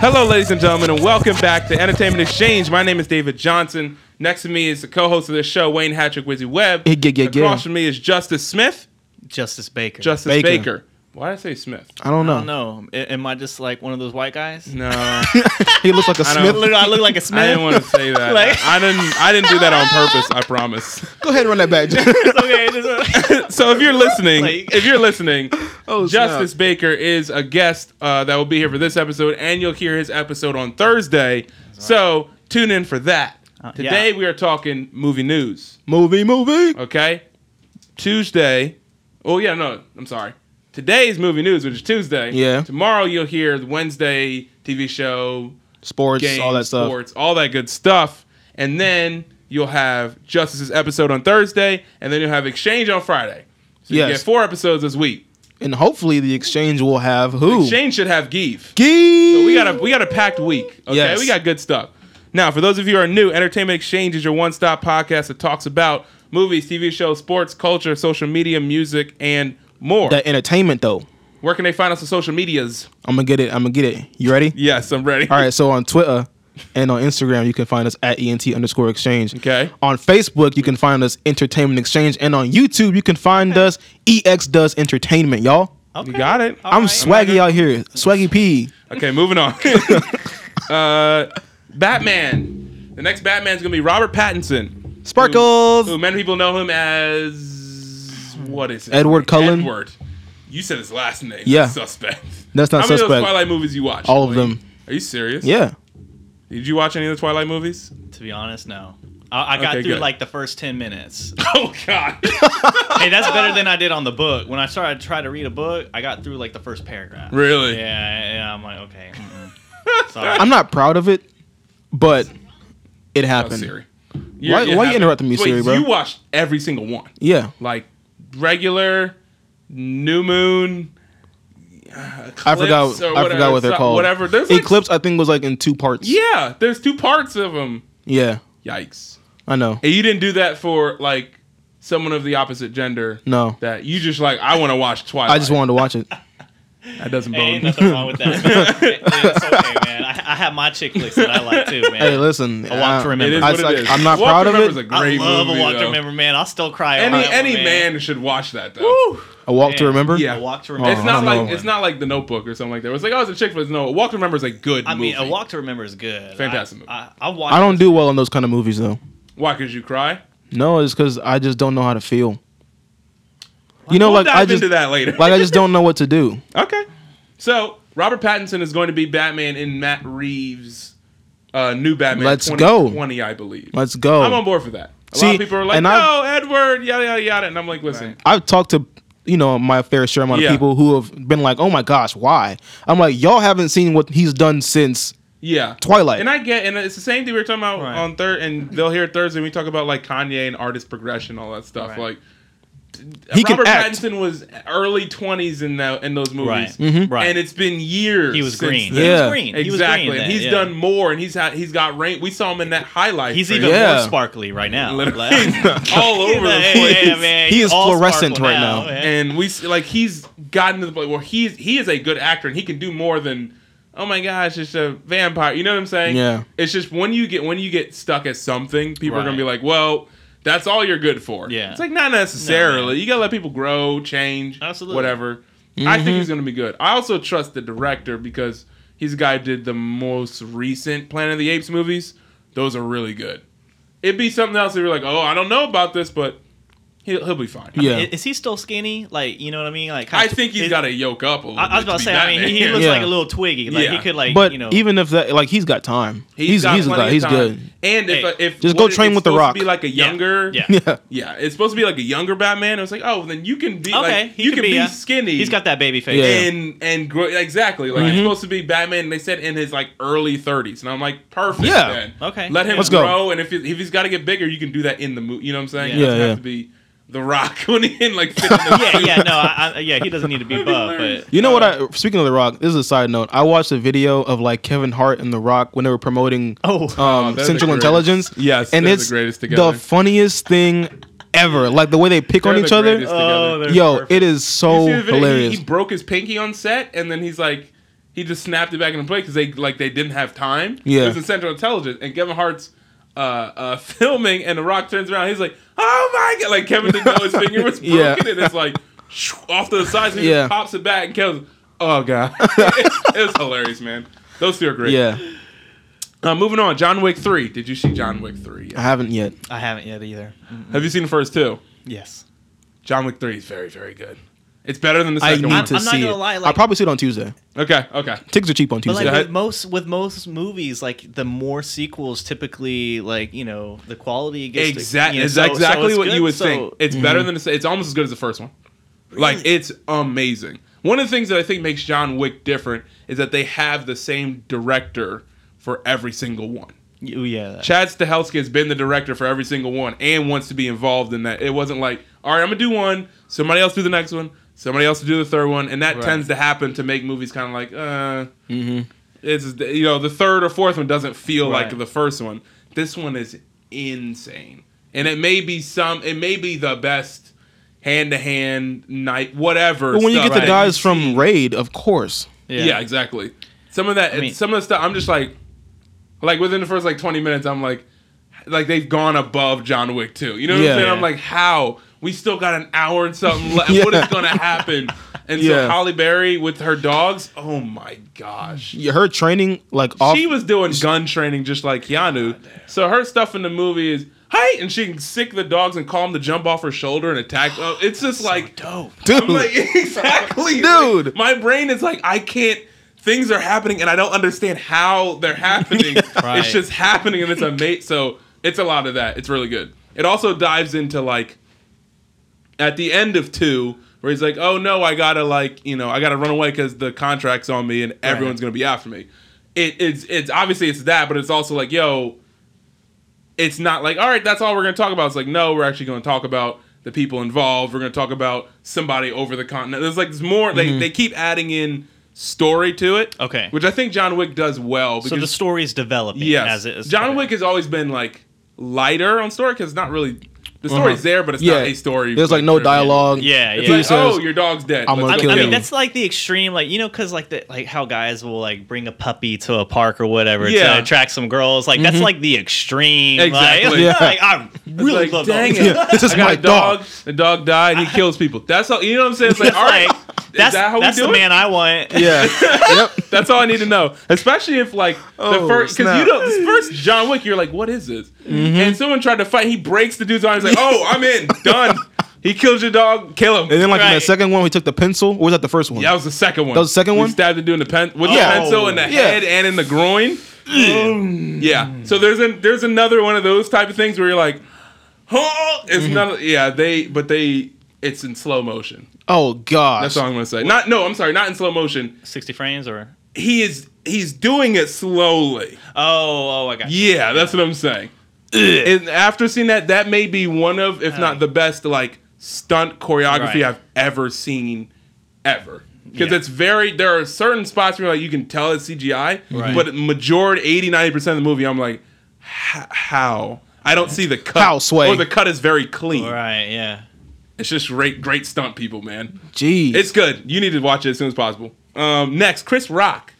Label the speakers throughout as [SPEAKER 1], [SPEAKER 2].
[SPEAKER 1] Hello, ladies and gentlemen, and welcome back to Entertainment Exchange. My name is David Johnson. Next to me is the co-host of this show, Wayne Hatrick Wizzy Webb.
[SPEAKER 2] Yeah, yeah, yeah, yeah.
[SPEAKER 1] Across from me is Justice Smith.
[SPEAKER 3] Justice Baker.
[SPEAKER 1] Justice Baker.
[SPEAKER 2] Baker.
[SPEAKER 1] Why did I say Smith?
[SPEAKER 2] I don't
[SPEAKER 3] I
[SPEAKER 2] know.
[SPEAKER 3] don't know. A- Am I just like one of those white guys?
[SPEAKER 1] No,
[SPEAKER 2] He looks like a
[SPEAKER 1] I
[SPEAKER 2] Smith.
[SPEAKER 1] don't-
[SPEAKER 3] Look, I look like a Smith.
[SPEAKER 1] I didn't want to say that.
[SPEAKER 3] Like-
[SPEAKER 1] I didn't. I didn't do that on purpose. I promise.
[SPEAKER 2] Go ahead and run that back. Jay.
[SPEAKER 3] It's okay. it's okay.
[SPEAKER 1] So if you're listening,
[SPEAKER 3] Like-
[SPEAKER 1] if you're listening,
[SPEAKER 2] Oh, snap.
[SPEAKER 1] Justice Baker is a guest uh, that will be here for this episode, and you'll hear his episode on Thursday. So tune in for that.
[SPEAKER 2] Uh,
[SPEAKER 3] yeah.
[SPEAKER 1] Today we are talking movie news.
[SPEAKER 2] movie, movie.
[SPEAKER 1] Okay, Tuesday. Oh yeah, no, I'm sorry. Today's movie news, which is Tuesday.
[SPEAKER 2] Yeah.
[SPEAKER 1] Tomorrow you'll hear the Wednesday TV show,
[SPEAKER 2] Sports,
[SPEAKER 1] games,
[SPEAKER 2] all that stuff.
[SPEAKER 1] sports, all that good stuff, and then you'll have Justice's episode on Thursday, and then you'll have Exchange on Friday. So you
[SPEAKER 2] Yes.
[SPEAKER 1] get four episodes this week.
[SPEAKER 2] And hopefully the exchange will have who?
[SPEAKER 1] Exchange should have Give.
[SPEAKER 2] Gee.
[SPEAKER 1] So we got a we got a packed week. Okay,
[SPEAKER 2] Yes.
[SPEAKER 1] we got good stuff. Now, for those of you who are new, Entertainment Exchange is your one-stop podcast that talks about movies, TV shows, sports, culture, social media, music, and more.
[SPEAKER 2] that entertainment though.
[SPEAKER 1] Where can they find us on social medias?
[SPEAKER 2] I'm gonna get it. I'm gonna get it. You ready?
[SPEAKER 1] Yes, I'm ready.
[SPEAKER 2] All right. So on Twitter and on Instagram, you can find us at ent underscore exchange.
[SPEAKER 1] Okay.
[SPEAKER 2] On Facebook, you can find us Entertainment Exchange, and on YouTube, you can find us EX Does Entertainment, y'all.
[SPEAKER 3] Okay.
[SPEAKER 1] You got it.
[SPEAKER 2] I'm
[SPEAKER 3] right.
[SPEAKER 2] swaggy out here, swaggy P.
[SPEAKER 1] Okay, moving on. uh, Batman. The next Batman's gonna be Robert Pattinson.
[SPEAKER 2] Sparkles.
[SPEAKER 1] Who many people know him as what is it?
[SPEAKER 2] Edward Cullen.
[SPEAKER 1] Edward. You said his last name.
[SPEAKER 2] Yeah.
[SPEAKER 1] Suspect.
[SPEAKER 2] That's not
[SPEAKER 1] How many of
[SPEAKER 2] suspect.
[SPEAKER 1] those Twilight movies you watched?
[SPEAKER 2] All of
[SPEAKER 1] Wayne?
[SPEAKER 2] them.
[SPEAKER 1] Are you serious?
[SPEAKER 2] Yeah.
[SPEAKER 1] Did you watch any of the Twilight movies?
[SPEAKER 3] To be honest, no. I, I got
[SPEAKER 1] Okay,
[SPEAKER 3] through
[SPEAKER 1] good.
[SPEAKER 3] like the first ten minutes.
[SPEAKER 1] Oh God.
[SPEAKER 3] hey, that's better than I did on the book. When I started to try to read a book, I got through like the first paragraph.
[SPEAKER 1] Really?
[SPEAKER 3] Yeah. yeah I'm like, okay. mm-mm. Sorry.
[SPEAKER 2] I'm not proud of it, but it
[SPEAKER 1] Oh,
[SPEAKER 2] happened.
[SPEAKER 1] Siri.
[SPEAKER 2] Why- why you
[SPEAKER 1] having-
[SPEAKER 2] interrupting me,
[SPEAKER 1] Wait,
[SPEAKER 2] Siri, bro?
[SPEAKER 1] You watched every single one,
[SPEAKER 2] yeah.
[SPEAKER 1] like regular, New Moon. uh,
[SPEAKER 2] I forgot.
[SPEAKER 1] Eclipse or
[SPEAKER 2] I forgot what they're
[SPEAKER 1] so-
[SPEAKER 2] called.
[SPEAKER 1] Whatever. There's like,
[SPEAKER 2] Eclipse, I think, was like in two parts.
[SPEAKER 1] Yeah, there's two parts of them.
[SPEAKER 2] Yeah.
[SPEAKER 1] Yikes!
[SPEAKER 2] I know.
[SPEAKER 1] And you didn't do that for like someone of the opposite gender.
[SPEAKER 2] No.
[SPEAKER 1] That you just like. I want to watch Twilight.
[SPEAKER 2] I just wanted to watch it.
[SPEAKER 1] That doesn't
[SPEAKER 3] Hey,
[SPEAKER 1] bode.
[SPEAKER 3] ain't nothing wrong with that. man. Hey, it's okay, man. I, I have my chick flicks that I like too, man.
[SPEAKER 2] Hey, listen.
[SPEAKER 3] A Walk to
[SPEAKER 2] I-
[SPEAKER 3] Remember.
[SPEAKER 1] It is
[SPEAKER 2] I-
[SPEAKER 1] what it is.
[SPEAKER 2] I'm not
[SPEAKER 1] Walk
[SPEAKER 2] proud
[SPEAKER 1] to
[SPEAKER 2] of
[SPEAKER 1] Remember is
[SPEAKER 2] it.
[SPEAKER 1] a
[SPEAKER 3] I
[SPEAKER 1] great
[SPEAKER 3] love
[SPEAKER 1] movie,
[SPEAKER 3] a walk to
[SPEAKER 1] though.
[SPEAKER 3] remember, man. I'll still cry. on
[SPEAKER 1] Any
[SPEAKER 3] that one,
[SPEAKER 1] any man should watch that though.
[SPEAKER 2] A walk to
[SPEAKER 3] Yeah.
[SPEAKER 2] remember.
[SPEAKER 1] Yeah.
[SPEAKER 3] A walk to
[SPEAKER 2] Oh,
[SPEAKER 3] remember.
[SPEAKER 1] It's
[SPEAKER 2] I
[SPEAKER 1] not
[SPEAKER 2] don't
[SPEAKER 1] like
[SPEAKER 2] know.
[SPEAKER 1] it's not like The Notebook or something like that. It's like oh, it's a chick flick. No, Walk to Remember is a good
[SPEAKER 3] I
[SPEAKER 1] movie.
[SPEAKER 3] mean, a walk to remember is good.
[SPEAKER 1] Fantastic movie.
[SPEAKER 3] I, I, I watch.
[SPEAKER 2] I don't do well in those kind of movies though.
[SPEAKER 1] Why? Cause you cry.
[SPEAKER 2] No, it's because I just don't know how to feel. You know,
[SPEAKER 1] we'll
[SPEAKER 2] like
[SPEAKER 1] dive
[SPEAKER 2] I just
[SPEAKER 1] into that later.
[SPEAKER 2] like I just don't know what to do.
[SPEAKER 1] okay. So Robert Pattinson is going to be Batman in Matt Reeves' uh, new Batman.
[SPEAKER 2] Let's go.
[SPEAKER 1] 2020, I believe.
[SPEAKER 2] Let's go.
[SPEAKER 1] I'm on board for that. A lot
[SPEAKER 2] See,
[SPEAKER 1] of people are like,
[SPEAKER 2] and
[SPEAKER 1] "No,
[SPEAKER 2] I've-
[SPEAKER 1] Edward, yada yada yada," and I'm like, "Listen,
[SPEAKER 2] I've talked to you know my fair share amount
[SPEAKER 1] Yeah.
[SPEAKER 2] of people who have been like, "Oh my gosh, why?" I'm like, "Y'all haven't seen what he's done since."
[SPEAKER 1] yeah,
[SPEAKER 2] Twilight.
[SPEAKER 1] And I get, and it's the same thing we were talking about
[SPEAKER 3] Right.
[SPEAKER 1] on third, and they'll hear it Thursday. We talk about like Kanye and artist progression, all that stuff.
[SPEAKER 3] Right.
[SPEAKER 1] Like
[SPEAKER 2] He can
[SPEAKER 1] Robert
[SPEAKER 2] act.
[SPEAKER 1] Pattinson was early 20s in that in those movies,
[SPEAKER 3] Right. Mhm. Right.
[SPEAKER 1] and it's been years.
[SPEAKER 3] He was
[SPEAKER 1] since
[SPEAKER 3] green.
[SPEAKER 1] then.
[SPEAKER 2] Mm-hmm. Yeah.
[SPEAKER 3] He was green. He was
[SPEAKER 1] Exactly.
[SPEAKER 3] green
[SPEAKER 1] and
[SPEAKER 3] then,
[SPEAKER 1] he's
[SPEAKER 3] yeah.
[SPEAKER 1] done more, and he's had he's got rain. We saw him in that highlight.
[SPEAKER 3] He's
[SPEAKER 1] for
[SPEAKER 3] even
[SPEAKER 1] you.
[SPEAKER 2] Yeah.
[SPEAKER 3] more sparkly right now.
[SPEAKER 1] literally
[SPEAKER 3] Like-
[SPEAKER 1] all
[SPEAKER 3] He's
[SPEAKER 1] over the
[SPEAKER 3] like,
[SPEAKER 1] place.
[SPEAKER 3] "Hey, yeah, man,
[SPEAKER 2] He
[SPEAKER 3] you
[SPEAKER 2] is
[SPEAKER 3] all
[SPEAKER 2] fluorescent
[SPEAKER 3] sparkle
[SPEAKER 2] right now."
[SPEAKER 3] man.
[SPEAKER 1] And we s- like he's gotten to the point where he's he is a good actor, and he can do more than. Oh my gosh, it's a vampire. You know what I'm saying?
[SPEAKER 2] Yeah.
[SPEAKER 1] It's just when you get when you get stuck at something, people are
[SPEAKER 3] Right.
[SPEAKER 1] gonna be like, "Well, that's all you're good for."
[SPEAKER 3] Yeah.
[SPEAKER 1] It's like not necessarily. you gotta let people grow, change,
[SPEAKER 3] Absolutely. Mm-hmm.
[SPEAKER 1] whatever. I think he's gonna be good. I also trust the director because he's the guy who did the most recent Planet of the Apes movies. Those are really good. It'd be something else if you're like, "Oh, I don't know about this," but he'll he'll be fine.
[SPEAKER 2] Yeah,
[SPEAKER 3] I- Is he still skinny? Like, you know what I mean? Like,
[SPEAKER 1] I think
[SPEAKER 3] he's
[SPEAKER 1] he's got to yoke up a little.
[SPEAKER 3] I, I was
[SPEAKER 1] bit
[SPEAKER 3] about
[SPEAKER 1] be
[SPEAKER 3] to say. I mean,
[SPEAKER 1] Batman.
[SPEAKER 3] he, he looks
[SPEAKER 2] Yeah.
[SPEAKER 3] like a little twiggy. Like
[SPEAKER 1] Yeah.
[SPEAKER 3] he could like
[SPEAKER 2] but
[SPEAKER 3] you know.
[SPEAKER 2] even if that like he's got time, he's
[SPEAKER 1] got
[SPEAKER 2] he's
[SPEAKER 1] plenty
[SPEAKER 2] got,
[SPEAKER 1] of
[SPEAKER 2] he's
[SPEAKER 1] time.
[SPEAKER 2] good.
[SPEAKER 1] And if,
[SPEAKER 3] Hey.
[SPEAKER 1] uh, if
[SPEAKER 2] Just go
[SPEAKER 1] what if
[SPEAKER 2] train
[SPEAKER 1] it's
[SPEAKER 2] with The
[SPEAKER 1] supposed to
[SPEAKER 2] Rock.
[SPEAKER 1] Be like a
[SPEAKER 3] Yeah.
[SPEAKER 1] younger.
[SPEAKER 3] Yeah.
[SPEAKER 2] Yeah,
[SPEAKER 1] Yeah, it's supposed to be like a younger Batman. It was like, oh, then you can be
[SPEAKER 3] okay,
[SPEAKER 1] like
[SPEAKER 3] he
[SPEAKER 1] you
[SPEAKER 3] could
[SPEAKER 1] can be,
[SPEAKER 3] yeah.
[SPEAKER 1] skinny.
[SPEAKER 3] He's got that baby face.
[SPEAKER 2] Yeah.
[SPEAKER 1] and and grow exactly
[SPEAKER 2] Mm-hmm.
[SPEAKER 1] like he's supposed to be Batman. And they said in his like early 30s, and I'm like, perfect.
[SPEAKER 2] Yeah.
[SPEAKER 1] then.
[SPEAKER 3] Okay.
[SPEAKER 1] Let him
[SPEAKER 2] Let's go.
[SPEAKER 1] grow, and if he, if he's got to get bigger, you can do that in the movie. You know what I'm saying?
[SPEAKER 3] Yeah.
[SPEAKER 1] It doesn't
[SPEAKER 2] Yeah,
[SPEAKER 1] Have
[SPEAKER 2] yeah.
[SPEAKER 1] to be the Rock when he in like. fit in the
[SPEAKER 3] yeah,
[SPEAKER 1] suit.
[SPEAKER 3] yeah, no, I, I, yeah, he doesn't need to be
[SPEAKER 1] That'd be
[SPEAKER 3] buff,
[SPEAKER 1] hilarious.
[SPEAKER 3] but
[SPEAKER 2] You know what?
[SPEAKER 1] Uh,
[SPEAKER 2] I speaking of The Rock, this is a side note. I watched a video of like Kevin Hart and The Rock when they were promoting
[SPEAKER 3] Oh.
[SPEAKER 1] Oh,
[SPEAKER 2] um,
[SPEAKER 1] they're the
[SPEAKER 2] Central
[SPEAKER 1] greatest.
[SPEAKER 2] Intelligence.
[SPEAKER 1] Yes,
[SPEAKER 2] and
[SPEAKER 1] they're the
[SPEAKER 2] it's
[SPEAKER 1] greatest together.
[SPEAKER 2] the funniest thing ever. Like the way they pick
[SPEAKER 1] They're
[SPEAKER 2] on
[SPEAKER 1] the
[SPEAKER 2] each other.
[SPEAKER 1] greatest
[SPEAKER 3] Oh,
[SPEAKER 1] together.
[SPEAKER 3] they're
[SPEAKER 2] Yo,
[SPEAKER 3] perfect.
[SPEAKER 2] it is
[SPEAKER 1] You
[SPEAKER 2] so
[SPEAKER 1] see the video? He-
[SPEAKER 2] Oh, hilarious.
[SPEAKER 1] He, broke his pinky on set, and then he's like, He just snapped it back into play because they like they didn't have time.
[SPEAKER 2] Yeah.
[SPEAKER 1] it was in Central Intelligence, and Kevin Hart's uh, uh, filming, and The Rock turns around. He's like, "Oh my god!" Like Kevin didn't know his finger was broken,
[SPEAKER 2] Yeah.
[SPEAKER 1] and it's like shoo, off to the side. So he
[SPEAKER 2] Yeah.
[SPEAKER 1] just pops it back, and Kevin's, "Oh god!" it, it was hilarious, man. Those two are great.
[SPEAKER 2] Yeah,
[SPEAKER 1] Uh, moving on, John Wick three. Did you see John Wick three?
[SPEAKER 2] I haven't yet.
[SPEAKER 3] I haven't yet either. Mm,
[SPEAKER 1] Have you seen the first two?
[SPEAKER 3] Yes.
[SPEAKER 1] John Wick three is very very good. It's better than the
[SPEAKER 2] I
[SPEAKER 1] second
[SPEAKER 2] need
[SPEAKER 1] one.
[SPEAKER 2] to
[SPEAKER 3] I'm not
[SPEAKER 2] see
[SPEAKER 3] gonna
[SPEAKER 2] it.
[SPEAKER 3] lie,
[SPEAKER 2] I'll
[SPEAKER 3] like-
[SPEAKER 2] probably see it on Tuesday.
[SPEAKER 1] Okay, okay.
[SPEAKER 2] Tickets are cheap on
[SPEAKER 3] But
[SPEAKER 2] Tuesday.
[SPEAKER 3] like
[SPEAKER 1] Yeah.
[SPEAKER 3] with most with most movies, like the more sequels, typically like you know the quality gets
[SPEAKER 1] Exactly,
[SPEAKER 3] you know,
[SPEAKER 1] it's
[SPEAKER 3] so- so
[SPEAKER 1] exactly
[SPEAKER 3] it's
[SPEAKER 1] what
[SPEAKER 3] good,
[SPEAKER 1] you would
[SPEAKER 3] so-
[SPEAKER 1] think. It's better than the, it's almost as good as the first one. Like it's amazing. One of the things that I think makes John Wick different is that they have the same director for every single one.
[SPEAKER 3] You- yeah.
[SPEAKER 1] Chad Stahelski has been the director for every single one and wants to be involved in that. It wasn't like, all right, I'm gonna do one, somebody else do the next one, somebody else do the third one, and that
[SPEAKER 3] Right.
[SPEAKER 1] tends to happen to make movies kind of like, uh,
[SPEAKER 2] Mm-hmm.
[SPEAKER 1] it's you know the third or fourth one doesn't feel like
[SPEAKER 3] Right.
[SPEAKER 1] the first one. This one is insane, and it may be some, it may be the best hand to hand night, whatever.
[SPEAKER 2] But when you
[SPEAKER 1] stuff
[SPEAKER 2] get the
[SPEAKER 1] that
[SPEAKER 2] guys from Raid, of course.
[SPEAKER 1] yeah. exactly. Some of that,
[SPEAKER 3] I mean-
[SPEAKER 1] some of the stuff, I'm just like, like within the first like 20 minutes, I'm like, like they've gone above John Wick too. You know what
[SPEAKER 2] Yeah.
[SPEAKER 1] I'm saying? I'm
[SPEAKER 3] Yeah.
[SPEAKER 1] like, how? We still got an hour and something left. What is
[SPEAKER 2] Yeah.
[SPEAKER 1] going to happen? And
[SPEAKER 2] Yeah.
[SPEAKER 1] so Holly Berry with her dogs. Oh my gosh.
[SPEAKER 2] Yeah, Her training, like off.
[SPEAKER 1] she was doing gun training just like Keanu. So her stuff in the movie is, hey, and she can sick the dogs and call them to jump off her shoulder and attack. Oh, it's just like,
[SPEAKER 3] Dope.
[SPEAKER 2] dude,
[SPEAKER 1] I'm like, exactly,
[SPEAKER 2] Dude.
[SPEAKER 1] Like, my brain is like, I can't. Things are happening, and I don't understand how they're happening.
[SPEAKER 3] Right.
[SPEAKER 1] It's just happening, and it's a mate. So it's a lot of that. It's really good. It also dives into like at the end of two, where he's like, "Oh no, I gotta like you know I gotta run away because the contract's on me, and everyone's gonna be after me." It, it's it's obviously it's that, but it's also like, yo, it's not like, all right, that's all we're going to talk about. It's like, no, we're actually going to talk about the people involved. We're going to talk about somebody over the continent. There's like, there's more. They, they keep adding in story to it.
[SPEAKER 3] Mm-hmm. Okay.
[SPEAKER 1] Which I think John Wick does well. Because,
[SPEAKER 3] So the story's developing
[SPEAKER 1] yes,
[SPEAKER 3] as it is.
[SPEAKER 1] John
[SPEAKER 3] okay.
[SPEAKER 1] Wick has always been like lighter on story because it's not really, the
[SPEAKER 3] Uh-huh.
[SPEAKER 1] story's there, but it's
[SPEAKER 2] yeah,
[SPEAKER 1] not a story.
[SPEAKER 2] There's like no
[SPEAKER 1] driven.
[SPEAKER 2] dialogue.
[SPEAKER 3] Yeah,
[SPEAKER 1] It's
[SPEAKER 3] yeah.
[SPEAKER 1] like,
[SPEAKER 2] He says,
[SPEAKER 1] oh, your dog's dead.
[SPEAKER 2] "I'm
[SPEAKER 1] Let's
[SPEAKER 2] gonna
[SPEAKER 1] go
[SPEAKER 2] kill
[SPEAKER 3] I
[SPEAKER 2] you."
[SPEAKER 1] him."
[SPEAKER 3] mean, that's like the extreme, like you know, because like the like how guys will like bring a puppy to a park or whatever
[SPEAKER 1] Yeah. Mm-hmm.
[SPEAKER 3] to attract some girls. Like that's like the extreme. Like,
[SPEAKER 1] Exactly.
[SPEAKER 2] Yeah.
[SPEAKER 3] like, I
[SPEAKER 1] It's
[SPEAKER 3] really
[SPEAKER 1] like,
[SPEAKER 3] love
[SPEAKER 1] dang
[SPEAKER 3] dogs.
[SPEAKER 1] it.
[SPEAKER 2] Yeah, this is
[SPEAKER 1] I got
[SPEAKER 2] my
[SPEAKER 1] a dog.
[SPEAKER 2] dog.
[SPEAKER 1] The dog died. He kills people. That's how, you know what I'm saying? It's like, all right.
[SPEAKER 3] Like,
[SPEAKER 1] is
[SPEAKER 3] that's
[SPEAKER 1] that how
[SPEAKER 3] that's
[SPEAKER 1] we
[SPEAKER 3] the
[SPEAKER 1] do it?
[SPEAKER 3] man I want.
[SPEAKER 2] Yeah. yep.
[SPEAKER 1] That's all I need to know. Especially if like the
[SPEAKER 2] Oh,
[SPEAKER 1] first because you
[SPEAKER 2] snap.
[SPEAKER 1] don't the first John Wick, you're like, what is this?
[SPEAKER 3] Mm-hmm.
[SPEAKER 1] And someone tried to fight. He breaks the dude's arm. He's like, oh, I'm in, done. He kills your dog. Kill
[SPEAKER 2] And
[SPEAKER 1] him.
[SPEAKER 2] then like in the
[SPEAKER 3] Right.
[SPEAKER 2] second one, we took the pencil. Or was that the first one?
[SPEAKER 1] That was the second one.
[SPEAKER 2] That was the second
[SPEAKER 1] We
[SPEAKER 2] one?
[SPEAKER 1] stabbed the dude in the pen with
[SPEAKER 3] Yeah.
[SPEAKER 1] the pencil in the
[SPEAKER 3] Yeah.
[SPEAKER 1] head and in the groin. yeah. So there's an there's another one of those type of things where you're like, oh, it's
[SPEAKER 2] Mm-hmm.
[SPEAKER 1] not. Yeah, they but they it's in slow motion.
[SPEAKER 2] Oh gosh.
[SPEAKER 1] That's all I'm gonna say. Not no, I'm sorry, not in slow motion.
[SPEAKER 3] Sixty frames or
[SPEAKER 1] He is he's doing it slowly.
[SPEAKER 3] oh oh I got you.
[SPEAKER 1] Yeah, that's what I'm saying. and after seeing that, that may be one of, if not the best, like stunt choreography
[SPEAKER 3] Right.
[SPEAKER 1] I've ever seen, ever. Because
[SPEAKER 3] Yeah.
[SPEAKER 1] it's very, there are certain spots where like you can tell it's CGI,
[SPEAKER 3] Right.
[SPEAKER 1] but majority, 80, 90% of the movie, I'm like, "H- how? I don't see the cut.
[SPEAKER 2] How, Sway?
[SPEAKER 1] Or the cut is very clean.
[SPEAKER 3] right yeah.
[SPEAKER 1] It's just great, great stunt people, man.
[SPEAKER 2] Jeez.
[SPEAKER 1] It's good. You need to watch it as soon as possible. Um, next, Chris Rock.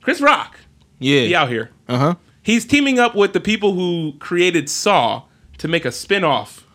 [SPEAKER 1] Chris Rock.
[SPEAKER 2] yeah.
[SPEAKER 1] He out here.
[SPEAKER 2] Uh huh.
[SPEAKER 1] He's teaming up with the people who created Saw to make a spin-off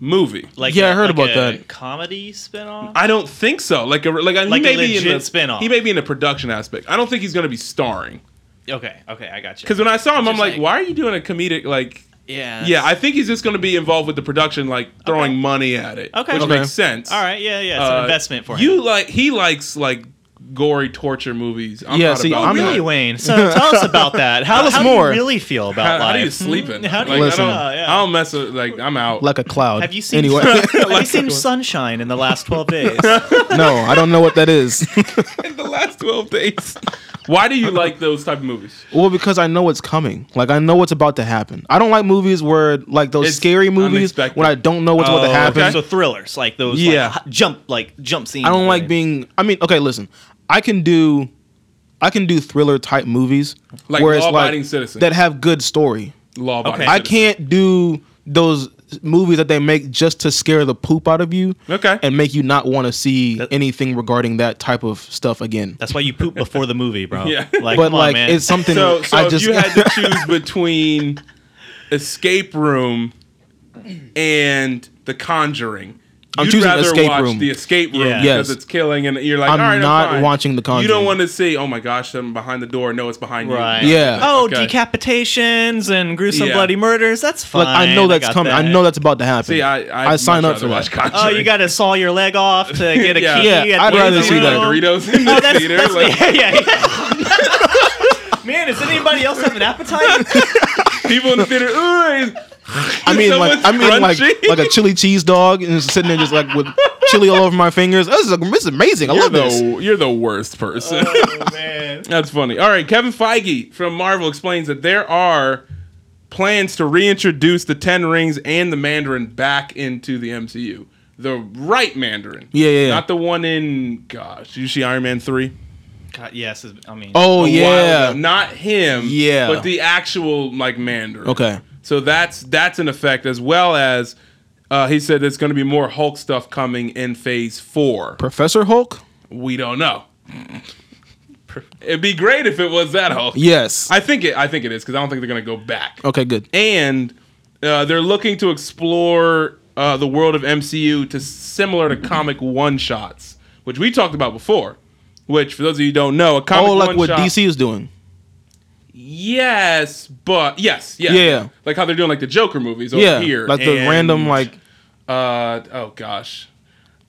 [SPEAKER 1] movie.
[SPEAKER 3] Like
[SPEAKER 2] Yeah, I
[SPEAKER 3] a-
[SPEAKER 2] heard about
[SPEAKER 3] like a
[SPEAKER 2] that.
[SPEAKER 3] Comedy spinoff.
[SPEAKER 1] I don't think so. Like a like, a, he
[SPEAKER 3] Like a
[SPEAKER 1] may be in the
[SPEAKER 3] legit spin-off.
[SPEAKER 1] He may be in the production aspect. I don't think he's going to be starring.
[SPEAKER 3] Okay okay I got you.
[SPEAKER 1] Because when I saw him, I'm
[SPEAKER 3] Just
[SPEAKER 1] like,
[SPEAKER 3] like-
[SPEAKER 1] why are you doing a comedic like?
[SPEAKER 3] yeah
[SPEAKER 1] Yeah, I
[SPEAKER 3] that's-
[SPEAKER 1] think he's just going to be involved with the production, like throwing money at it,
[SPEAKER 3] Okay.
[SPEAKER 1] which
[SPEAKER 2] Okay.
[SPEAKER 1] makes sense.
[SPEAKER 3] all right yeah yeah it's an
[SPEAKER 1] Uh,
[SPEAKER 3] investment for
[SPEAKER 1] you
[SPEAKER 3] him.
[SPEAKER 1] like he likes like gory torture movies. I'm
[SPEAKER 2] Yeah,
[SPEAKER 1] not
[SPEAKER 2] see,
[SPEAKER 1] about
[SPEAKER 2] I'm
[SPEAKER 1] that.
[SPEAKER 2] not-
[SPEAKER 3] really, Wayne. So tell us about that. How,
[SPEAKER 2] Tell us
[SPEAKER 3] how
[SPEAKER 2] more.
[SPEAKER 3] do you really feel about
[SPEAKER 1] How,
[SPEAKER 3] life?
[SPEAKER 1] how do you sleep in?
[SPEAKER 3] How do
[SPEAKER 1] Like,
[SPEAKER 3] you?
[SPEAKER 2] Listen.
[SPEAKER 1] I,
[SPEAKER 3] Oh,
[SPEAKER 1] don't,
[SPEAKER 3] yeah.
[SPEAKER 1] I don't mess with like I'm out.
[SPEAKER 2] Like a cloud.
[SPEAKER 3] Have you seen?
[SPEAKER 2] Anyway.
[SPEAKER 3] have you
[SPEAKER 1] Like-
[SPEAKER 3] seen sunshine in the last twelve days?
[SPEAKER 2] no, I don't know what that is.
[SPEAKER 1] in the last 12 days. Why do you like those type of movies?
[SPEAKER 2] well, because I know what's coming. Like I know what's about to happen. I don't like movies where like those
[SPEAKER 1] It's
[SPEAKER 2] scary movies
[SPEAKER 1] unexpected.
[SPEAKER 2] when I don't know what's about
[SPEAKER 1] Oh,
[SPEAKER 2] to happen.
[SPEAKER 1] okay.
[SPEAKER 3] So thrillers, like those,
[SPEAKER 2] Yeah.
[SPEAKER 3] yeah, jump, like jump scenes.
[SPEAKER 2] I don't like
[SPEAKER 3] Right.
[SPEAKER 2] being. I mean, okay, listen. I can do, I can do thriller type movies,
[SPEAKER 1] Like
[SPEAKER 2] where it's
[SPEAKER 1] law-abiding citizen.
[SPEAKER 2] that have good story.
[SPEAKER 1] Law abiding.
[SPEAKER 3] Okay.
[SPEAKER 2] I can't do those movies that they make just to scare the poop out of you
[SPEAKER 1] Okay.
[SPEAKER 2] and make you not want to see
[SPEAKER 3] That-
[SPEAKER 2] anything regarding that type of stuff again.
[SPEAKER 3] That's why you poop before the movie, bro.
[SPEAKER 1] Yeah.
[SPEAKER 3] Like,
[SPEAKER 2] but
[SPEAKER 3] come
[SPEAKER 2] like
[SPEAKER 3] on, man.
[SPEAKER 2] it's something
[SPEAKER 1] so, so
[SPEAKER 2] I
[SPEAKER 1] if
[SPEAKER 2] just
[SPEAKER 1] you had to choose between Escape Room and The Conjuring.
[SPEAKER 2] I'm
[SPEAKER 1] you'd
[SPEAKER 2] choosing
[SPEAKER 1] rather
[SPEAKER 2] Escape
[SPEAKER 1] watch
[SPEAKER 2] Room.
[SPEAKER 1] the Escape Room
[SPEAKER 3] Yeah.
[SPEAKER 2] Yes.
[SPEAKER 1] because it's killing, and you're like,
[SPEAKER 2] I'm
[SPEAKER 1] all right,
[SPEAKER 2] not
[SPEAKER 1] I'm fine."
[SPEAKER 2] watching The
[SPEAKER 1] You
[SPEAKER 2] Conjuring.
[SPEAKER 1] don't want to see, oh my gosh, I'm behind the door. No, it's behind
[SPEAKER 3] right.
[SPEAKER 1] you.
[SPEAKER 2] Yeah.
[SPEAKER 3] Oh,
[SPEAKER 1] Okay.
[SPEAKER 3] decapitations and gruesome
[SPEAKER 1] Yeah.
[SPEAKER 3] bloody murders. That's fine.
[SPEAKER 2] like I know that's
[SPEAKER 3] got
[SPEAKER 2] coming.
[SPEAKER 3] that.
[SPEAKER 2] I know that's about to happen.
[SPEAKER 1] See, I I,
[SPEAKER 2] I sign
[SPEAKER 1] much
[SPEAKER 2] up for that.
[SPEAKER 1] rather watch Conjuring.
[SPEAKER 3] Oh, you got to saw your leg off to get a
[SPEAKER 1] Yeah.
[SPEAKER 3] key.
[SPEAKER 2] Yeah,
[SPEAKER 3] at
[SPEAKER 2] I'd
[SPEAKER 3] the end
[SPEAKER 2] rather
[SPEAKER 3] of the
[SPEAKER 2] see that.
[SPEAKER 3] room.
[SPEAKER 1] Doritos in the
[SPEAKER 3] Oh, that's,
[SPEAKER 1] theater.
[SPEAKER 3] that's
[SPEAKER 1] like,
[SPEAKER 3] yeah, yeah, yeah. Man, does anybody else have an appetite?
[SPEAKER 1] people in the theater. Ooh,
[SPEAKER 2] I mean,
[SPEAKER 1] so
[SPEAKER 2] like
[SPEAKER 1] much
[SPEAKER 2] I mean, like
[SPEAKER 1] crunchy.
[SPEAKER 2] like a chili cheese dog, and just sitting there, just like with chili all over my fingers. This is, this is amazing. I
[SPEAKER 1] you're
[SPEAKER 2] love
[SPEAKER 1] the
[SPEAKER 2] this.
[SPEAKER 1] you're the worst person.
[SPEAKER 3] man.
[SPEAKER 1] That's funny. All right, Kevin Feige from Marvel explains that there are plans to reintroduce the Ten Rings and the Mandarin back into the MCU. The right Mandarin.
[SPEAKER 2] Yeah, yeah, yeah.
[SPEAKER 1] Not the one in gosh, you see Iron Man 3?
[SPEAKER 3] God, yes, it's- I mean.
[SPEAKER 2] Oh
[SPEAKER 1] A while
[SPEAKER 2] yeah,
[SPEAKER 1] ago. Not him,
[SPEAKER 2] Yeah.
[SPEAKER 1] but the actual like Mandarin.
[SPEAKER 2] Okay.
[SPEAKER 1] So that's that's an effect as well as uh, he said there's going to be more Hulk stuff coming in Phase 4.
[SPEAKER 2] Professor Hulk.
[SPEAKER 1] We don't know. It'd be great if it was that Hulk.
[SPEAKER 2] Yes.
[SPEAKER 1] I think it. I think it is because I don't think they're gonna go back.
[SPEAKER 2] okay, good.
[SPEAKER 1] And uh, they're looking to explore uh, the world of MCU to similar to comic one shots, which we talked about before. Which, for those of you who don't know, a comic
[SPEAKER 2] Oh, like
[SPEAKER 1] one
[SPEAKER 2] what
[SPEAKER 1] shot.
[SPEAKER 2] DC is doing.
[SPEAKER 1] Yes, but yes, yes,
[SPEAKER 2] Yeah.
[SPEAKER 1] Like how they're doing like the Joker movies over
[SPEAKER 2] yeah,
[SPEAKER 1] here.
[SPEAKER 2] like the
[SPEAKER 1] and,
[SPEAKER 2] random like
[SPEAKER 1] Uh, oh gosh,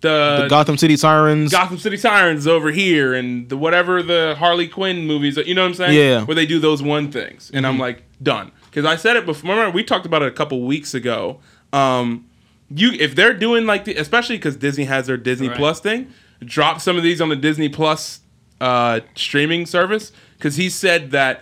[SPEAKER 1] the,
[SPEAKER 2] the Gotham City Sirens.
[SPEAKER 1] Gotham City Sirens over here and the whatever the Harley Quinn movies that you know what I'm saying?
[SPEAKER 2] Yeah. Mm-hmm.
[SPEAKER 1] Where they do those one things. And I'm like, done. Because I said it before. Remember, we talked about it a couple weeks ago. Um, you if they're doing like the especially because Disney has their Disney
[SPEAKER 3] Right.
[SPEAKER 1] Plus thing, drop some of these on the Disney Plus uh, streaming service. Because he said that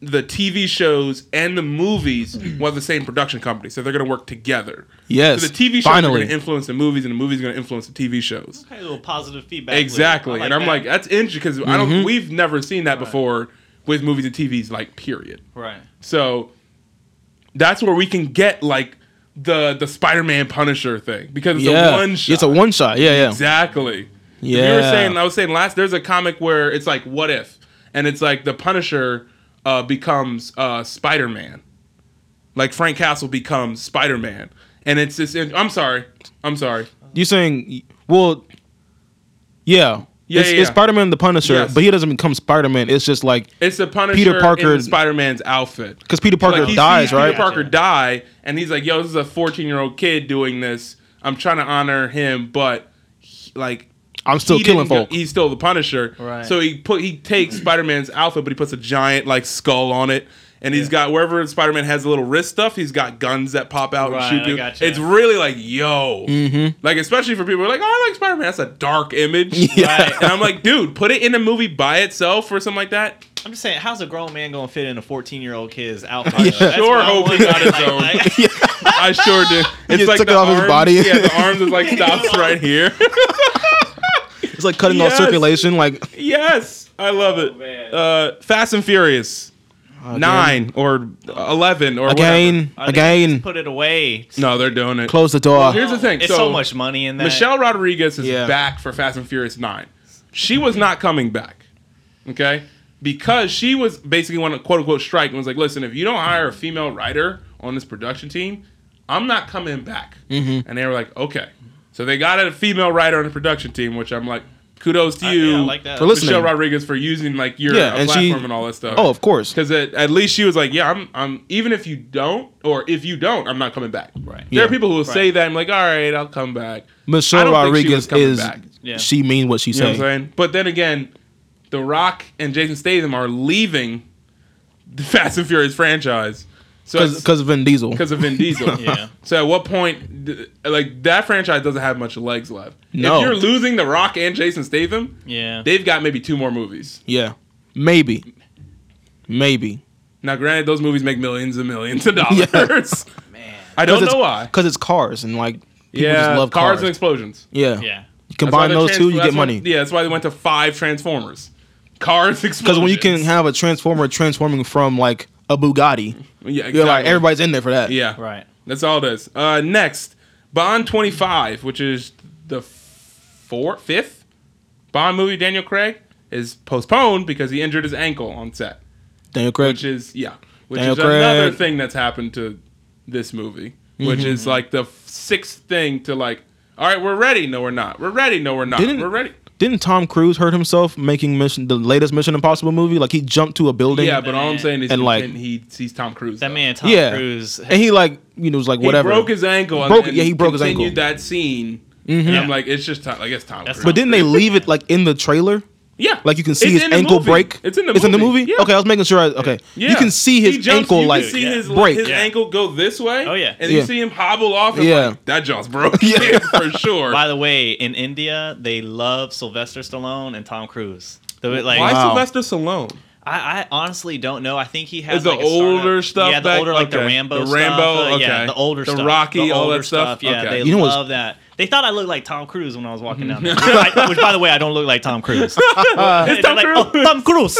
[SPEAKER 1] the TV shows and the movies will have the same production company, so they're going to work together.
[SPEAKER 2] Yes,
[SPEAKER 1] so the TV shows are
[SPEAKER 2] finally.
[SPEAKER 1] going to influence the movies, and the movies are going to influence the TV shows.
[SPEAKER 3] Kind of a little positive feedback. loop.
[SPEAKER 1] Exactly,
[SPEAKER 3] I
[SPEAKER 1] and I'm
[SPEAKER 3] that.
[SPEAKER 1] like, that's interesting because I
[SPEAKER 2] Mm-hmm.
[SPEAKER 1] don't. We've never seen that before with movies and TVs, like period.
[SPEAKER 3] right.
[SPEAKER 1] So that's where we can get like the the Spider-Man Punisher thing because it's
[SPEAKER 2] yeah,
[SPEAKER 1] a one shot.
[SPEAKER 2] it's a one shot. Yeah, yeah.
[SPEAKER 1] Exactly.
[SPEAKER 2] Yeah.
[SPEAKER 1] You were saying I was saying last. There's a comic where it's like, what if, and it's like the Punisher uh, becomes uh, Spider-Man, like Frank Castle becomes Spider-Man, and it's this. I'm sorry. I'm sorry.
[SPEAKER 2] You saying well, yeah.
[SPEAKER 1] Yeah,
[SPEAKER 2] it's,
[SPEAKER 1] yeah,
[SPEAKER 2] it's
[SPEAKER 1] yeah.
[SPEAKER 2] Spider Man the Punisher,
[SPEAKER 1] Yes.
[SPEAKER 2] but he doesn't become Spider Man. It's just like
[SPEAKER 1] It's the Punisher
[SPEAKER 2] Peter
[SPEAKER 1] Peter Parker
[SPEAKER 2] Parker-
[SPEAKER 1] in Spider-Man's outfit.
[SPEAKER 2] because Peter Parker
[SPEAKER 1] Like, he
[SPEAKER 2] dies,
[SPEAKER 1] sees
[SPEAKER 2] right?
[SPEAKER 1] Peter Parker die, and he's like, "Yo, this is a 14 year old kid doing this. I'm trying to honor him, but he- like,
[SPEAKER 2] I'm still
[SPEAKER 1] he
[SPEAKER 2] killing
[SPEAKER 1] didn't go-
[SPEAKER 2] folk.
[SPEAKER 1] he's still the Punisher.
[SPEAKER 3] Right.
[SPEAKER 1] So he put he takes Spider Man's outfit, but he puts a giant like skull on it, and he's got wherever Spider Man has a little wrist stuff, he's got guns that pop out
[SPEAKER 3] Right,
[SPEAKER 1] and
[SPEAKER 3] I
[SPEAKER 1] shoot you.
[SPEAKER 3] gotcha.
[SPEAKER 1] It's really like, yo,
[SPEAKER 2] Mm-hmm.
[SPEAKER 1] like especially for people who are like, oh, I like Spider Man. That's a dark image.
[SPEAKER 2] Yeah.
[SPEAKER 1] Right. And I'm like, dude, put it in a movie by itself or something like that.
[SPEAKER 3] I'm just saying, how's a grown man gonna fit in a 14 year old kid's outfit?
[SPEAKER 2] Yeah.
[SPEAKER 3] That's what
[SPEAKER 1] Sure
[SPEAKER 3] I
[SPEAKER 1] hope he
[SPEAKER 3] wonder,
[SPEAKER 1] got his
[SPEAKER 3] like-
[SPEAKER 1] own.
[SPEAKER 3] like-
[SPEAKER 1] I sure did. It's
[SPEAKER 2] just
[SPEAKER 1] like
[SPEAKER 2] took
[SPEAKER 1] the
[SPEAKER 2] it off his
[SPEAKER 1] arms,
[SPEAKER 2] body.
[SPEAKER 1] Yeah, the arms is like stops right here.
[SPEAKER 2] It's like cutting
[SPEAKER 1] Yes.
[SPEAKER 2] off circulation. Like
[SPEAKER 1] yes, I love it.
[SPEAKER 3] Oh, man.
[SPEAKER 1] uh, Fast and Furious nine or eleven or
[SPEAKER 2] Oh, again,
[SPEAKER 3] I think
[SPEAKER 2] again.
[SPEAKER 3] just Put it away.
[SPEAKER 1] Whatever. No, they're doing it.
[SPEAKER 2] Close the door.
[SPEAKER 1] Here's the thing,
[SPEAKER 3] It's so,
[SPEAKER 1] so-
[SPEAKER 3] much money in that.
[SPEAKER 1] Michelle Rodriguez is
[SPEAKER 2] Yeah.
[SPEAKER 1] back for Fast and Furious nine. She was not coming back. Okay. Because she was basically on a quote unquote strike and was like, listen, if you don't hire a female writer on this production team, I'm not coming back.
[SPEAKER 2] Mm-hmm.
[SPEAKER 1] And they were like, okay. So they got a female writer on the production team, which I'm like, kudos to
[SPEAKER 3] I-
[SPEAKER 1] you,
[SPEAKER 3] yeah, I like that.
[SPEAKER 2] For listening.
[SPEAKER 1] Michelle Rodriguez, for using like your
[SPEAKER 2] Yeah,
[SPEAKER 1] uh,
[SPEAKER 2] and she-
[SPEAKER 1] platform and all that stuff.
[SPEAKER 2] Oh, of course.
[SPEAKER 1] Because at, at least she was like, yeah, I'm, I'm. Even if you don't, or if you don't, I'm not coming back.
[SPEAKER 3] Right.
[SPEAKER 1] There
[SPEAKER 2] Yeah.
[SPEAKER 1] are people who will say that. I'm like, all right, I'll come back. I
[SPEAKER 2] Michelle
[SPEAKER 1] don't think she
[SPEAKER 2] Rodriguez
[SPEAKER 1] was coming
[SPEAKER 2] is
[SPEAKER 1] back.
[SPEAKER 3] Yeah.
[SPEAKER 2] she mean what she
[SPEAKER 1] You know what I'm
[SPEAKER 2] say.
[SPEAKER 1] saying? But then again, The Rock and Jason Statham are leaving the Fast and Furious franchise. So it's-
[SPEAKER 2] Because of Vin Diesel.
[SPEAKER 1] because of Vin Diesel.
[SPEAKER 3] Yeah.
[SPEAKER 1] So at what point, d- like that franchise doesn't have much legs left.
[SPEAKER 2] No.
[SPEAKER 1] If you're losing The Rock and Jason Statham,
[SPEAKER 3] Yeah.
[SPEAKER 1] they've got maybe two more movies.
[SPEAKER 2] Yeah, maybe, maybe.
[SPEAKER 1] Now, granted, those movies make millions and millions of dollars.
[SPEAKER 3] man.
[SPEAKER 1] I don't
[SPEAKER 2] Because
[SPEAKER 1] know why.
[SPEAKER 2] Because it's cars and like people
[SPEAKER 1] Yeah,
[SPEAKER 2] just love
[SPEAKER 1] cars
[SPEAKER 2] cars.
[SPEAKER 1] and explosions.
[SPEAKER 2] yeah.
[SPEAKER 3] Yeah.
[SPEAKER 2] You
[SPEAKER 1] That's why
[SPEAKER 2] combine
[SPEAKER 1] the
[SPEAKER 2] those
[SPEAKER 1] trans-
[SPEAKER 2] two, you
[SPEAKER 1] that's
[SPEAKER 2] get
[SPEAKER 1] why-
[SPEAKER 2] money.
[SPEAKER 1] Yeah, that's why they went to five Transformers. Cars, explosions.
[SPEAKER 2] Because when you can have a transformer transforming from like a Bugatti,
[SPEAKER 1] yeah,
[SPEAKER 2] you're like
[SPEAKER 1] exactly.
[SPEAKER 2] everybody's in there for that.
[SPEAKER 1] yeah,
[SPEAKER 3] Right.
[SPEAKER 1] That's all it is. Uh, next, Bond 25, which is the fourth, fifth Bond movie, Daniel Craig, is postponed because he injured his ankle on set.
[SPEAKER 2] Daniel Craig.
[SPEAKER 1] Which is, yeah, which
[SPEAKER 2] Daniel
[SPEAKER 1] is another
[SPEAKER 2] Craig. Mm-hmm.
[SPEAKER 1] thing that's happened to this movie, which is like the f- sixth thing to like, all right, we're ready. No, we're not. We're ready. No, we're not.
[SPEAKER 2] Didn't-
[SPEAKER 1] we're ready.
[SPEAKER 2] Didn't Tom Cruise hurt himself making mission the latest Mission Impossible movie? Like he jumped to a building.
[SPEAKER 1] Yeah, but all I'm saying is
[SPEAKER 2] And,
[SPEAKER 1] he,
[SPEAKER 2] like-
[SPEAKER 1] like, he sees Tom Cruise.
[SPEAKER 3] That
[SPEAKER 1] though.
[SPEAKER 3] man Tom
[SPEAKER 2] Yeah.
[SPEAKER 3] Cruise.
[SPEAKER 2] and he like you know was like
[SPEAKER 1] He
[SPEAKER 2] whatever.
[SPEAKER 1] broke his ankle. and
[SPEAKER 2] Broke it,
[SPEAKER 1] then
[SPEAKER 2] yeah, he broke his
[SPEAKER 1] continued
[SPEAKER 2] ankle. Mm-hmm.
[SPEAKER 1] that scene. And I'm
[SPEAKER 3] Yeah.
[SPEAKER 1] like, it's just Tom, like it's Tom
[SPEAKER 3] That's
[SPEAKER 1] Cruise.
[SPEAKER 2] but didn't they leave it like in the trailer?
[SPEAKER 1] Yeah,
[SPEAKER 2] Like you can
[SPEAKER 1] It's
[SPEAKER 2] see his
[SPEAKER 1] in the
[SPEAKER 2] ankle
[SPEAKER 1] movie.
[SPEAKER 2] break.
[SPEAKER 1] It's in the
[SPEAKER 2] It's
[SPEAKER 1] movie.
[SPEAKER 2] in the movie.
[SPEAKER 1] Yeah.
[SPEAKER 2] Okay, I was making sure. I, okay,
[SPEAKER 1] Yeah.
[SPEAKER 2] you can see
[SPEAKER 1] He
[SPEAKER 2] his
[SPEAKER 1] jumps-
[SPEAKER 2] ankle
[SPEAKER 1] you
[SPEAKER 2] like
[SPEAKER 1] can see his,
[SPEAKER 2] break.
[SPEAKER 1] his
[SPEAKER 3] Yeah.
[SPEAKER 1] ankle go this way.
[SPEAKER 3] Oh, yeah.
[SPEAKER 1] and
[SPEAKER 2] Yeah.
[SPEAKER 1] you see him hobble off. And
[SPEAKER 2] Yeah.
[SPEAKER 1] like, that jaw's broke.
[SPEAKER 2] Yeah.
[SPEAKER 1] Yeah, for sure.
[SPEAKER 3] By the way, in India, they love Sylvester Stallone and Tom Cruise. So it, like,
[SPEAKER 1] Why
[SPEAKER 2] Wow.
[SPEAKER 1] Sylvester Stallone?
[SPEAKER 3] I, I honestly don't know. I think he has
[SPEAKER 1] Is the
[SPEAKER 3] like, a
[SPEAKER 1] older
[SPEAKER 3] startup-
[SPEAKER 1] stuff
[SPEAKER 3] Yeah, the
[SPEAKER 1] back-
[SPEAKER 3] older like the
[SPEAKER 1] okay.
[SPEAKER 3] Rambo,
[SPEAKER 1] The Rambo,
[SPEAKER 3] stuff, uh,
[SPEAKER 1] okay.
[SPEAKER 3] yeah, the older
[SPEAKER 1] The
[SPEAKER 3] stuff,
[SPEAKER 1] Rocky, all
[SPEAKER 3] older
[SPEAKER 1] that stuff?
[SPEAKER 3] Yeah,
[SPEAKER 1] Okay.
[SPEAKER 3] they
[SPEAKER 2] You know what's-
[SPEAKER 3] love that. They thought I looked like Tom Cruise when I was walking down there. I- which, by the way, I don't look like Tom Cruise.
[SPEAKER 1] It's
[SPEAKER 3] They're
[SPEAKER 1] Tom
[SPEAKER 3] like, "Oh,
[SPEAKER 1] Cruise.
[SPEAKER 3] Tom Cruise.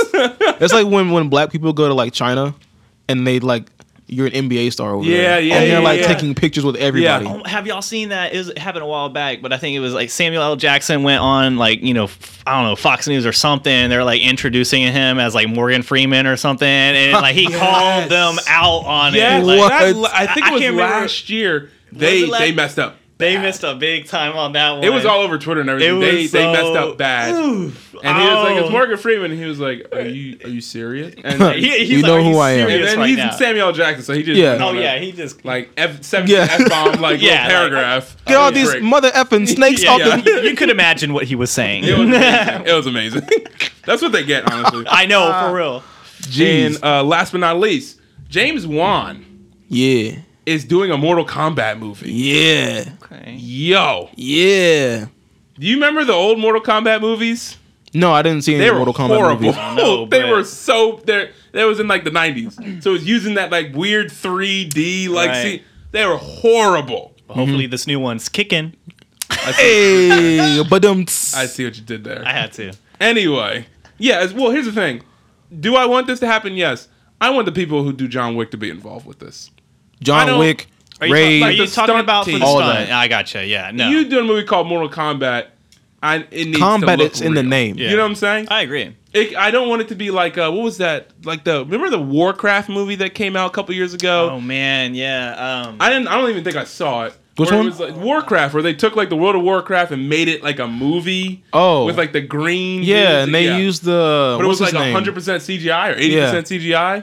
[SPEAKER 2] It's like when when black people go to like China, and they like you're an NBA star over
[SPEAKER 1] Yeah,
[SPEAKER 2] there.
[SPEAKER 1] yeah,
[SPEAKER 2] And they're
[SPEAKER 1] yeah,
[SPEAKER 2] like
[SPEAKER 1] yeah.
[SPEAKER 2] taking pictures with everybody.
[SPEAKER 1] Yeah.
[SPEAKER 3] Oh, have y'all seen that? It, was, it happened a while back, but I think it was like Samuel L. Jackson went on like you know f- I don't know Fox News or something. They're like introducing him as like Morgan Freeman or something, and like he called them out on
[SPEAKER 1] Yeah,
[SPEAKER 3] it.
[SPEAKER 2] What?
[SPEAKER 3] Like,
[SPEAKER 1] like, that- I think
[SPEAKER 3] I- I
[SPEAKER 1] it was
[SPEAKER 3] can't remember-
[SPEAKER 1] last year. They
[SPEAKER 3] it like-
[SPEAKER 1] they messed up.
[SPEAKER 3] They missed a big time on that one.
[SPEAKER 1] It was all over Twitter and everything.
[SPEAKER 3] It
[SPEAKER 1] They
[SPEAKER 3] was
[SPEAKER 1] they messed
[SPEAKER 3] so-
[SPEAKER 1] up bad.
[SPEAKER 3] Oof.
[SPEAKER 1] And he was like, "It's
[SPEAKER 3] Oh.
[SPEAKER 1] Morgan Freeman." And he was like, "Are you are you serious?" And,
[SPEAKER 3] He-
[SPEAKER 1] and
[SPEAKER 3] he's
[SPEAKER 2] You
[SPEAKER 3] like,
[SPEAKER 2] know
[SPEAKER 3] "Are
[SPEAKER 2] who I am."
[SPEAKER 3] serious
[SPEAKER 1] then
[SPEAKER 3] right
[SPEAKER 1] he's
[SPEAKER 3] now?"
[SPEAKER 1] Samuel L. Jackson, so he just
[SPEAKER 2] Yeah.
[SPEAKER 1] went
[SPEAKER 3] Oh
[SPEAKER 1] on a-
[SPEAKER 3] yeah, he just
[SPEAKER 1] like F seventeen
[SPEAKER 2] Yeah.
[SPEAKER 1] F bomb like
[SPEAKER 3] Yeah,
[SPEAKER 1] little
[SPEAKER 3] like-
[SPEAKER 1] paragraph.
[SPEAKER 2] Get all these
[SPEAKER 1] Great.
[SPEAKER 2] mother effing snakes
[SPEAKER 3] yeah,
[SPEAKER 2] off
[SPEAKER 1] yeah.
[SPEAKER 2] the.
[SPEAKER 3] you, you could imagine what he was saying.
[SPEAKER 1] It was amazing. Ah. It was amazing. That's what they get, honestly.
[SPEAKER 3] I know for real.
[SPEAKER 1] And uh, last but not least, James Wan
[SPEAKER 2] Yeah,
[SPEAKER 1] is doing a Mortal Kombat movie.
[SPEAKER 2] yeah,
[SPEAKER 3] Okay.
[SPEAKER 1] Yo,
[SPEAKER 2] yeah.
[SPEAKER 1] do you remember the old Mortal Kombat movies?
[SPEAKER 2] No, I didn't see any
[SPEAKER 1] They were
[SPEAKER 2] Mortal Kombat
[SPEAKER 1] horrible.
[SPEAKER 2] movies.
[SPEAKER 3] know,
[SPEAKER 1] they
[SPEAKER 3] but-
[SPEAKER 1] were so they they was in like the nineties. So it was using that like weird three D like
[SPEAKER 3] Right.
[SPEAKER 1] see they were horrible.
[SPEAKER 2] Mm-hmm.
[SPEAKER 3] Hopefully this new one's kicking.
[SPEAKER 1] I see,
[SPEAKER 2] Hey, but um,
[SPEAKER 1] I see what you did there.
[SPEAKER 3] I had to.
[SPEAKER 1] Anyway, yeah. it's- Well, here's the thing. Do I want this to happen? Yes. I want the people who do John Wick to be involved with this. I
[SPEAKER 2] John
[SPEAKER 1] don't-
[SPEAKER 2] Wick,
[SPEAKER 3] Are you, talking-
[SPEAKER 2] Ray.
[SPEAKER 3] are you
[SPEAKER 1] the
[SPEAKER 3] talking
[SPEAKER 1] stunt
[SPEAKER 3] about for the
[SPEAKER 1] team.
[SPEAKER 2] All
[SPEAKER 3] stunt?
[SPEAKER 2] that.
[SPEAKER 3] I gotcha. Yeah. No.
[SPEAKER 1] You do a movie called Mortal Kombat. I, it needs
[SPEAKER 2] Combat
[SPEAKER 1] to look
[SPEAKER 2] is in the
[SPEAKER 1] real.
[SPEAKER 2] name.
[SPEAKER 3] Yeah.
[SPEAKER 1] You know what I'm saying?
[SPEAKER 3] I agree.
[SPEAKER 1] It, I don't want it to be like uh, what was that? Like the remember the Warcraft movie that came out a couple years ago?
[SPEAKER 3] Oh man, yeah. Um,
[SPEAKER 1] I didn't. I don't even think I saw it.
[SPEAKER 2] Which
[SPEAKER 1] Where
[SPEAKER 2] one?
[SPEAKER 1] It was like Warcraft, where they took like the World of Warcraft and made it like a movie.
[SPEAKER 2] Oh.
[SPEAKER 1] with like the green.
[SPEAKER 2] Yeah,
[SPEAKER 1] dudes.
[SPEAKER 2] and they used the.
[SPEAKER 1] But it
[SPEAKER 2] what's
[SPEAKER 1] was like
[SPEAKER 2] his name?
[SPEAKER 1] hundred percent CGI or eighty percent CGI.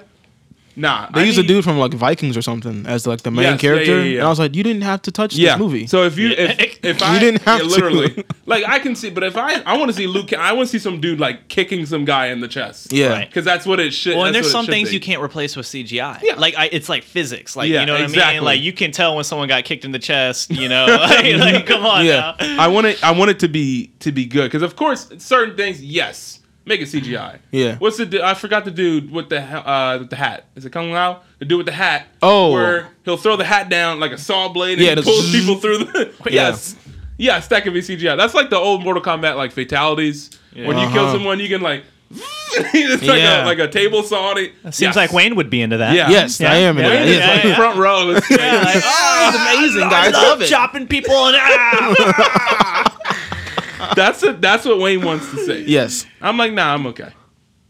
[SPEAKER 1] Nah,
[SPEAKER 2] They
[SPEAKER 1] I
[SPEAKER 2] used a
[SPEAKER 1] need-
[SPEAKER 2] dude from like Vikings or something as like the main
[SPEAKER 1] Yes, yeah, yeah,
[SPEAKER 2] character,
[SPEAKER 1] yeah.
[SPEAKER 2] and I was like, you didn't have to touch
[SPEAKER 1] Yeah,
[SPEAKER 2] this movie.
[SPEAKER 1] So if you if if I
[SPEAKER 2] didn't have
[SPEAKER 1] yeah,
[SPEAKER 2] to.
[SPEAKER 1] literally like I can see, but if I I want to see Luke, I want to see some dude like kicking some guy in the chest.
[SPEAKER 2] yeah,
[SPEAKER 3] Right.
[SPEAKER 1] because that's what it should.
[SPEAKER 3] well, and
[SPEAKER 1] that's
[SPEAKER 3] there's
[SPEAKER 1] what
[SPEAKER 3] some
[SPEAKER 1] it should
[SPEAKER 3] things
[SPEAKER 1] be.
[SPEAKER 3] you can't replace with CGI.
[SPEAKER 1] Yeah.
[SPEAKER 3] Like I, it's like physics. Like
[SPEAKER 1] Yeah,
[SPEAKER 3] you know what I
[SPEAKER 1] exactly.
[SPEAKER 3] mean. Like you can tell when someone got kicked in the chest. You know, like,
[SPEAKER 1] Mm-hmm.
[SPEAKER 3] like, come on.
[SPEAKER 2] Yeah.
[SPEAKER 3] Now.
[SPEAKER 1] I want it. I want it to be to be good because of course certain things. Yes, make it CGI.
[SPEAKER 2] Yeah.
[SPEAKER 1] What's the? du- I forgot the dude with the ha- uh with the hat. Is it Kung Lao? The dude with the hat.
[SPEAKER 2] Oh.
[SPEAKER 1] Where he'll throw the hat down like a saw blade and
[SPEAKER 2] Yeah,
[SPEAKER 1] he
[SPEAKER 2] the
[SPEAKER 1] pulls
[SPEAKER 2] zzz.
[SPEAKER 1] people through the. yes. Yes, that could be CGI. That's like the old Mortal Kombat like fatalities. When you kill
[SPEAKER 2] Uh-huh.
[SPEAKER 1] someone, you can like. it's like,
[SPEAKER 2] Yeah.
[SPEAKER 1] a, like a table saw. It
[SPEAKER 3] Seems like Wayne would be into that.
[SPEAKER 1] Yeah.
[SPEAKER 2] yes,
[SPEAKER 3] Yeah.
[SPEAKER 2] I am. in
[SPEAKER 1] Yeah,
[SPEAKER 2] it.
[SPEAKER 1] yeah,
[SPEAKER 2] Yes,
[SPEAKER 3] yeah,
[SPEAKER 1] like
[SPEAKER 3] yeah.
[SPEAKER 1] front row. It's-
[SPEAKER 3] Yeah, like, oh,
[SPEAKER 2] amazing,
[SPEAKER 3] I
[SPEAKER 2] guys.
[SPEAKER 3] love chopping people. And, ah.
[SPEAKER 1] That's a, that's what Wayne wants to see.
[SPEAKER 2] Yes.
[SPEAKER 1] I'm like, nah, I'm okay.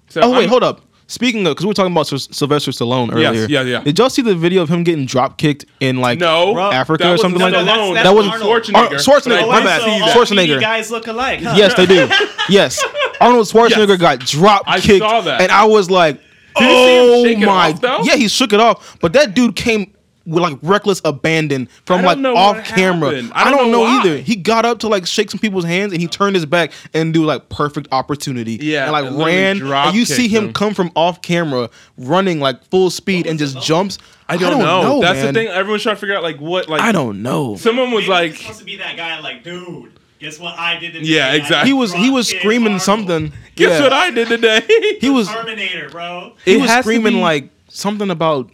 [SPEAKER 1] So
[SPEAKER 2] Oh wait,
[SPEAKER 1] I'm-
[SPEAKER 2] hold up. Speaking of, because we were talking about Sy- Sylvester Stallone
[SPEAKER 1] Yes,
[SPEAKER 2] earlier.
[SPEAKER 1] yeah, yeah.
[SPEAKER 2] Did y'all see the video of him getting drop kicked in like
[SPEAKER 1] No,
[SPEAKER 2] Africa
[SPEAKER 1] That
[SPEAKER 2] or
[SPEAKER 1] was-
[SPEAKER 2] something
[SPEAKER 1] no,
[SPEAKER 2] like
[SPEAKER 1] no,
[SPEAKER 2] that?
[SPEAKER 3] that's-
[SPEAKER 1] no,
[SPEAKER 3] that's
[SPEAKER 1] that was
[SPEAKER 3] Arnold.
[SPEAKER 1] Schwarzenegger.
[SPEAKER 2] Ar- Schwarzenegger,
[SPEAKER 1] But I
[SPEAKER 2] my
[SPEAKER 1] didn't
[SPEAKER 2] bad.
[SPEAKER 1] see that.
[SPEAKER 2] Schwarzenegger.
[SPEAKER 3] guys look alike. Huh?
[SPEAKER 2] Yes, they do. yes, Arnold Schwarzenegger
[SPEAKER 1] Yes.
[SPEAKER 2] got drop
[SPEAKER 1] I
[SPEAKER 2] kicked,
[SPEAKER 1] saw that.
[SPEAKER 2] and I was like,
[SPEAKER 1] you see him
[SPEAKER 2] "Oh
[SPEAKER 1] shake it
[SPEAKER 2] my!"
[SPEAKER 1] off, though?
[SPEAKER 2] yeah, he shook it off, but that dude came with like reckless abandon from
[SPEAKER 1] I don't
[SPEAKER 2] like
[SPEAKER 1] know
[SPEAKER 2] off
[SPEAKER 1] what
[SPEAKER 2] camera.
[SPEAKER 1] happened.
[SPEAKER 2] I don't, know,
[SPEAKER 1] why.
[SPEAKER 2] either. He got up to like shake some people's hands, and he turned his back and do like perfect opportunity.
[SPEAKER 1] Yeah,
[SPEAKER 2] and
[SPEAKER 1] and
[SPEAKER 2] like
[SPEAKER 1] literally
[SPEAKER 2] ran. And you see
[SPEAKER 1] drop-kicked
[SPEAKER 2] him
[SPEAKER 1] him.
[SPEAKER 2] come from off camera, running like full speed, and just jumps.
[SPEAKER 1] I don't, know. That's
[SPEAKER 2] man.
[SPEAKER 1] the thing. Everyone's trying to figure out like what like
[SPEAKER 2] I don't know.
[SPEAKER 1] Someone was like,
[SPEAKER 3] to be that guy. Like, dude, guess what I did? Today?
[SPEAKER 1] Yeah, exactly.
[SPEAKER 2] he was he was screaming something.
[SPEAKER 1] guess
[SPEAKER 2] Yeah.
[SPEAKER 1] what I did today?
[SPEAKER 2] He was
[SPEAKER 3] Terminator, bro.
[SPEAKER 2] he
[SPEAKER 1] It
[SPEAKER 2] was
[SPEAKER 1] has to
[SPEAKER 2] screaming
[SPEAKER 1] be-
[SPEAKER 2] like something about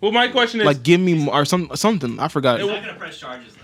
[SPEAKER 1] well, my question is,
[SPEAKER 2] like give me more, or some something. I forgot.
[SPEAKER 1] It-
[SPEAKER 3] gonna press charges though.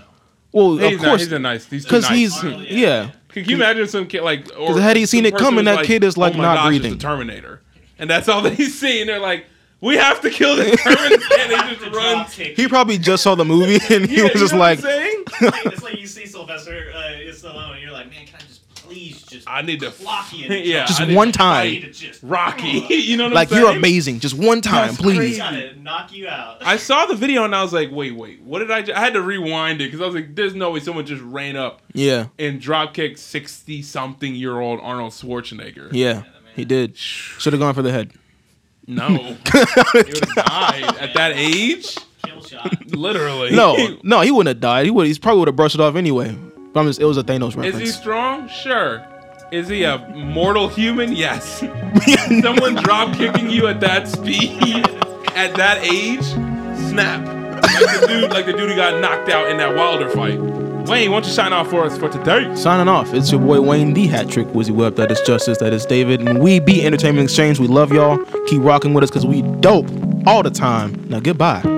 [SPEAKER 2] Well,
[SPEAKER 1] he's
[SPEAKER 2] of
[SPEAKER 1] not,
[SPEAKER 2] course,
[SPEAKER 1] he's a nice, he's
[SPEAKER 2] because
[SPEAKER 1] because
[SPEAKER 2] he's,
[SPEAKER 3] Arnold, yeah.
[SPEAKER 2] yeah.
[SPEAKER 1] Can you imagine some kid like? Because
[SPEAKER 2] had he seen it coming, that kid is, like,
[SPEAKER 1] oh my
[SPEAKER 2] not
[SPEAKER 1] gosh,
[SPEAKER 2] breathing.
[SPEAKER 1] It's the Terminator, and that's all they see, and they're like, We have to kill this Terminator. and he just runs.
[SPEAKER 2] He probably just saw the movie and he
[SPEAKER 1] Yeah,
[SPEAKER 2] was
[SPEAKER 1] you
[SPEAKER 2] just
[SPEAKER 1] know what I'm
[SPEAKER 2] like,
[SPEAKER 1] saying?
[SPEAKER 3] it's like you see Sylvester uh, Stallone, and you're like, man, can I just please just
[SPEAKER 1] I need to
[SPEAKER 3] clock you? and
[SPEAKER 1] yeah,
[SPEAKER 2] Just
[SPEAKER 1] I need
[SPEAKER 2] one
[SPEAKER 1] to
[SPEAKER 2] time.
[SPEAKER 1] fight
[SPEAKER 3] to just
[SPEAKER 1] Rocky. you know what
[SPEAKER 2] like
[SPEAKER 1] I'm saying?
[SPEAKER 2] you're amazing. Just one time,
[SPEAKER 1] That's
[SPEAKER 2] please.
[SPEAKER 1] crazy.
[SPEAKER 3] gotta knock you out.
[SPEAKER 1] I saw the video and I was like, wait, wait, what did I? ju- I had to rewind it because I was like, there's no way someone just ran up
[SPEAKER 2] Yeah,
[SPEAKER 1] and dropkicked sixty something year old Arnold Schwarzenegger.
[SPEAKER 2] yeah. He did. Should have gone for the head.
[SPEAKER 1] No, he would have died at that age.
[SPEAKER 3] Kill shot.
[SPEAKER 1] Literally.
[SPEAKER 2] No, no, he wouldn't have died. He would. He probably would have brushed it off anyway. But I'm just, it was a Thanos
[SPEAKER 1] Is he
[SPEAKER 2] reference.
[SPEAKER 1] strong? Sure. Is he a mortal human? Yes. Someone drop kicking you at that speed, at that age, snap. Like the dude, like the dude who got knocked out in that Wilder fight. Wayne, why don't you sign off for us for today?
[SPEAKER 2] Signing off. It's your boy Wayne the Hat Trick Wizzy Web. That is Justice. That is David. And we be Entertainment Exchange. We love y'all. Keep rocking with us because we dope all the time. Now goodbye.